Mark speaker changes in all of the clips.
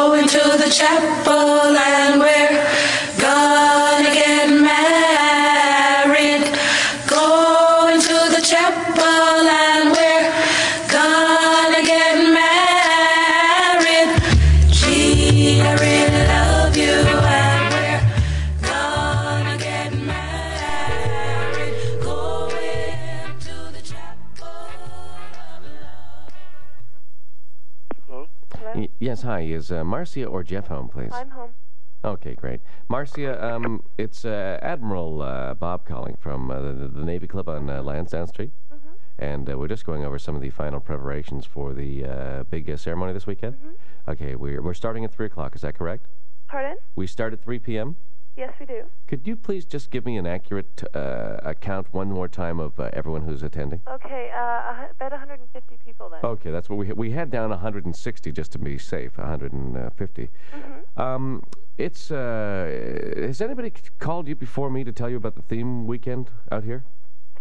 Speaker 1: the chapel and we're gonna get married. Going to the chapel and we're gonna get married. Gee, I really love you and we're gonna get married. Going to the chapel.
Speaker 2: Hello?
Speaker 3: Y- yes, hi. Is uh, Marcia or Jeff home, please?
Speaker 2: I'm home.
Speaker 3: Okay, great. Marcia, um, it's uh, Admiral uh, Bob calling from uh, the, the Navy Club on uh, Lansdowne Street.
Speaker 2: Mm-hmm.
Speaker 3: And uh, we're just going over some of the final preparations for the uh, big uh, ceremony this weekend.
Speaker 2: Mm-hmm.
Speaker 3: Okay, we're, we're starting at 3 o'clock, is that correct?
Speaker 2: Pardon?
Speaker 3: We start at 3 p.m.
Speaker 2: Yes, we do.
Speaker 3: Could you please just give me an accurate uh, account one more time of uh, everyone who's attending?
Speaker 2: Okay, uh, a hu- about 150 people
Speaker 4: Oh.
Speaker 2: then.
Speaker 3: Okay, that's what we we had down 160 just to be safe. 150. uh, Um, it's uh, has anybody c- called you before me to tell you about the theme weekend out here?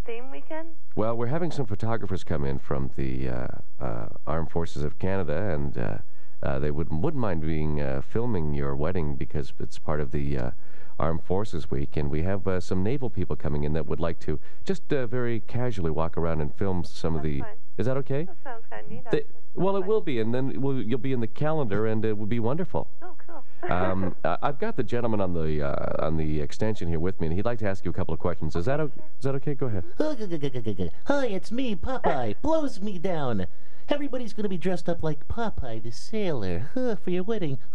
Speaker 2: Theme weekend?
Speaker 3: Well, we're having some photographers come in from the uh, uh, Armed Forces of Canada, and uh, uh, they would wouldn't mind being uh, filming your wedding because it's part of the uh, Armed Forces Week, and we have uh, some naval people coming in that would like to just uh, very casually walk around and film some of the.
Speaker 2: fine.
Speaker 3: Is that okay?
Speaker 2: That sounds kind of neat.
Speaker 3: Th-
Speaker 2: actually.
Speaker 3: well, it will be, and then we'll, you'll be in the calendar, and it will be wonderful.
Speaker 2: Oh, cool.
Speaker 4: uh.
Speaker 3: Um, I- I've got the gentleman on the uh, on the extension here with me, and he'd like to ask you a couple of questions. Is that o- is that okay? Go ahead.
Speaker 5: Hi, it's me, Popeye. Blows me down. Everybody's gonna be dressed up like Popeye the sailor huh, for your wedding.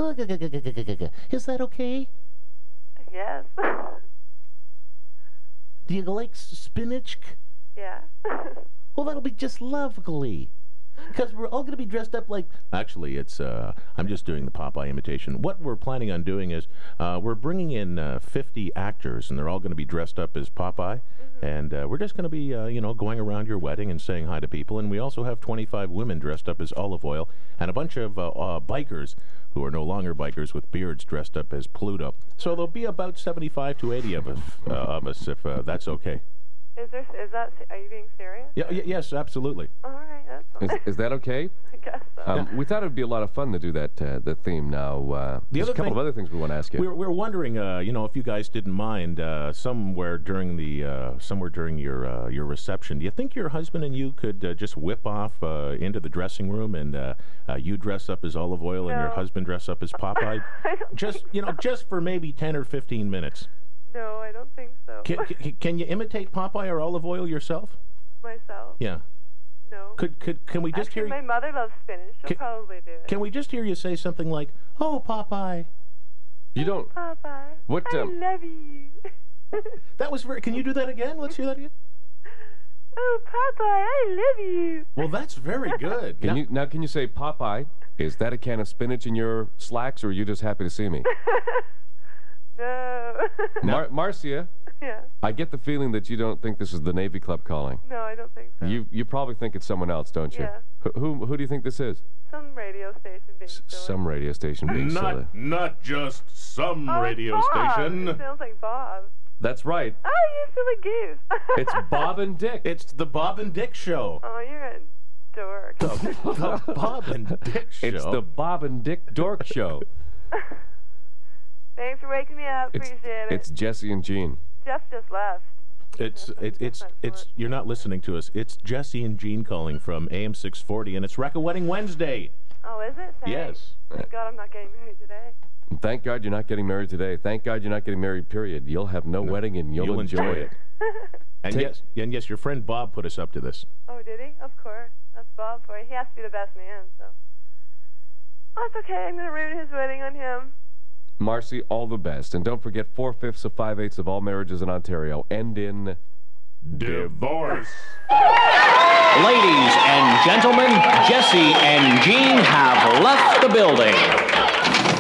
Speaker 5: Is that okay?
Speaker 2: yes.
Speaker 5: Do you like s- spinach?
Speaker 2: yeah.
Speaker 5: Well, that'll be just lovely. Because we're all going to be dressed up like.
Speaker 4: Actually, it's uh, I'm just doing the Popeye imitation. What we're planning on doing is uh, we're bringing in uh, 50 actors, and they're all going to be dressed up as Popeye, and uh, we're just going to be uh, you know going around your wedding and saying hi to people. And we also have 25 women dressed up as olive oil, and a bunch of uh, uh, bikers who are no longer bikers with beards dressed up as Pluto. So there'll be about 75 to 80 of us, uh, of us if uh, that's okay.
Speaker 2: Is there? Is that? se- Are you being serious?
Speaker 4: Yeah, y- yes, absolutely.
Speaker 2: All right. That's.
Speaker 3: Is, is that okay?
Speaker 2: I guess so.
Speaker 3: Um, we thought it would be a lot of fun to do that uh, the theme. Now, uh, there's a
Speaker 4: other
Speaker 3: couple
Speaker 4: thing-
Speaker 3: of other things we want to ask you.
Speaker 4: We're, we're wondering, uh, you know, if you guys didn't mind, uh, somewhere during the uh, somewhere during your uh, your reception, do you think your husband and you could uh, just whip off uh, into the dressing room and uh, uh, you dress up as olive oil and your
Speaker 2: No.
Speaker 4: husband dress up as Popeye,
Speaker 2: I don't
Speaker 4: just you know, just for maybe ten or fifteen minutes?
Speaker 2: No, I don't think so.
Speaker 4: Can, can, can you imitate Popeye or olive oil yourself?
Speaker 2: Myself.
Speaker 4: Yeah.
Speaker 2: No.
Speaker 4: Could could can we just
Speaker 2: Actually,
Speaker 4: hear?
Speaker 2: my
Speaker 4: you-
Speaker 2: mother loves spinach. She'll
Speaker 4: Can-
Speaker 2: probably do it.
Speaker 4: Can we just hear you say something like, "Oh, Popeye"?
Speaker 3: you don't.
Speaker 2: Popeye.
Speaker 3: What,
Speaker 2: I
Speaker 3: um,
Speaker 2: love you.
Speaker 4: That was very. Can you do that again? Let's hear that again.
Speaker 2: oh, Popeye, I love you.
Speaker 4: Well, that's very good.
Speaker 3: Can
Speaker 4: Now-
Speaker 3: you now? Can you say Popeye? Is that a can of spinach in your slacks, or are you just happy to see me?
Speaker 2: No.
Speaker 3: Mar- Marcia,
Speaker 2: yeah.
Speaker 3: I get the feeling that you don't think this is the Navy Club calling.
Speaker 2: No, I don't think so.
Speaker 3: You you probably think it's someone else, don't you?
Speaker 2: Yeah.
Speaker 3: Who, who who do you think this is?
Speaker 2: Some radio station being silly.
Speaker 3: Some radio station being silly.
Speaker 4: not just some
Speaker 2: Oh, it's Bob. It sounds like Bob.
Speaker 3: That's right.
Speaker 2: Oh, you silly goose.
Speaker 3: It's Bob and Dick.
Speaker 4: It's the Bob and Dick Show.
Speaker 2: oh, you're a dork.
Speaker 4: the Bob and Dick Show.
Speaker 3: It's the Bob and Dick Dork Show.
Speaker 2: Thanks for waking me up.
Speaker 3: It's,
Speaker 2: Appreciate it.
Speaker 3: it's Jesse and Gene.
Speaker 2: Jeff just left.
Speaker 4: It's it, it's it's you're not listening to us. It's Jesse and Gene calling from AM 640, and it's Wreck a Wedding Wednesday.
Speaker 2: Oh, is it? Thanks.
Speaker 4: Yes.
Speaker 2: Thank God I'm not getting married today.
Speaker 3: And Thank God you're not getting married today. Thank God you're not getting married, period. You'll have no, wedding and you'll,
Speaker 4: You'll enjoy it. And
Speaker 3: Take-
Speaker 4: yes, and yes, your friend Bob put us up to this.
Speaker 2: Oh, did he? Of course. That's Bob for you. He has to be the best man, so. Oh, it's okay. I'm going to ruin his wedding on him.
Speaker 3: Marcy, all the best. And don't forget, four fifths of five eighths of all marriages in Ontario end in.
Speaker 4: Divorce.
Speaker 6: Ladies and gentlemen, Jesse and Jean have left the building.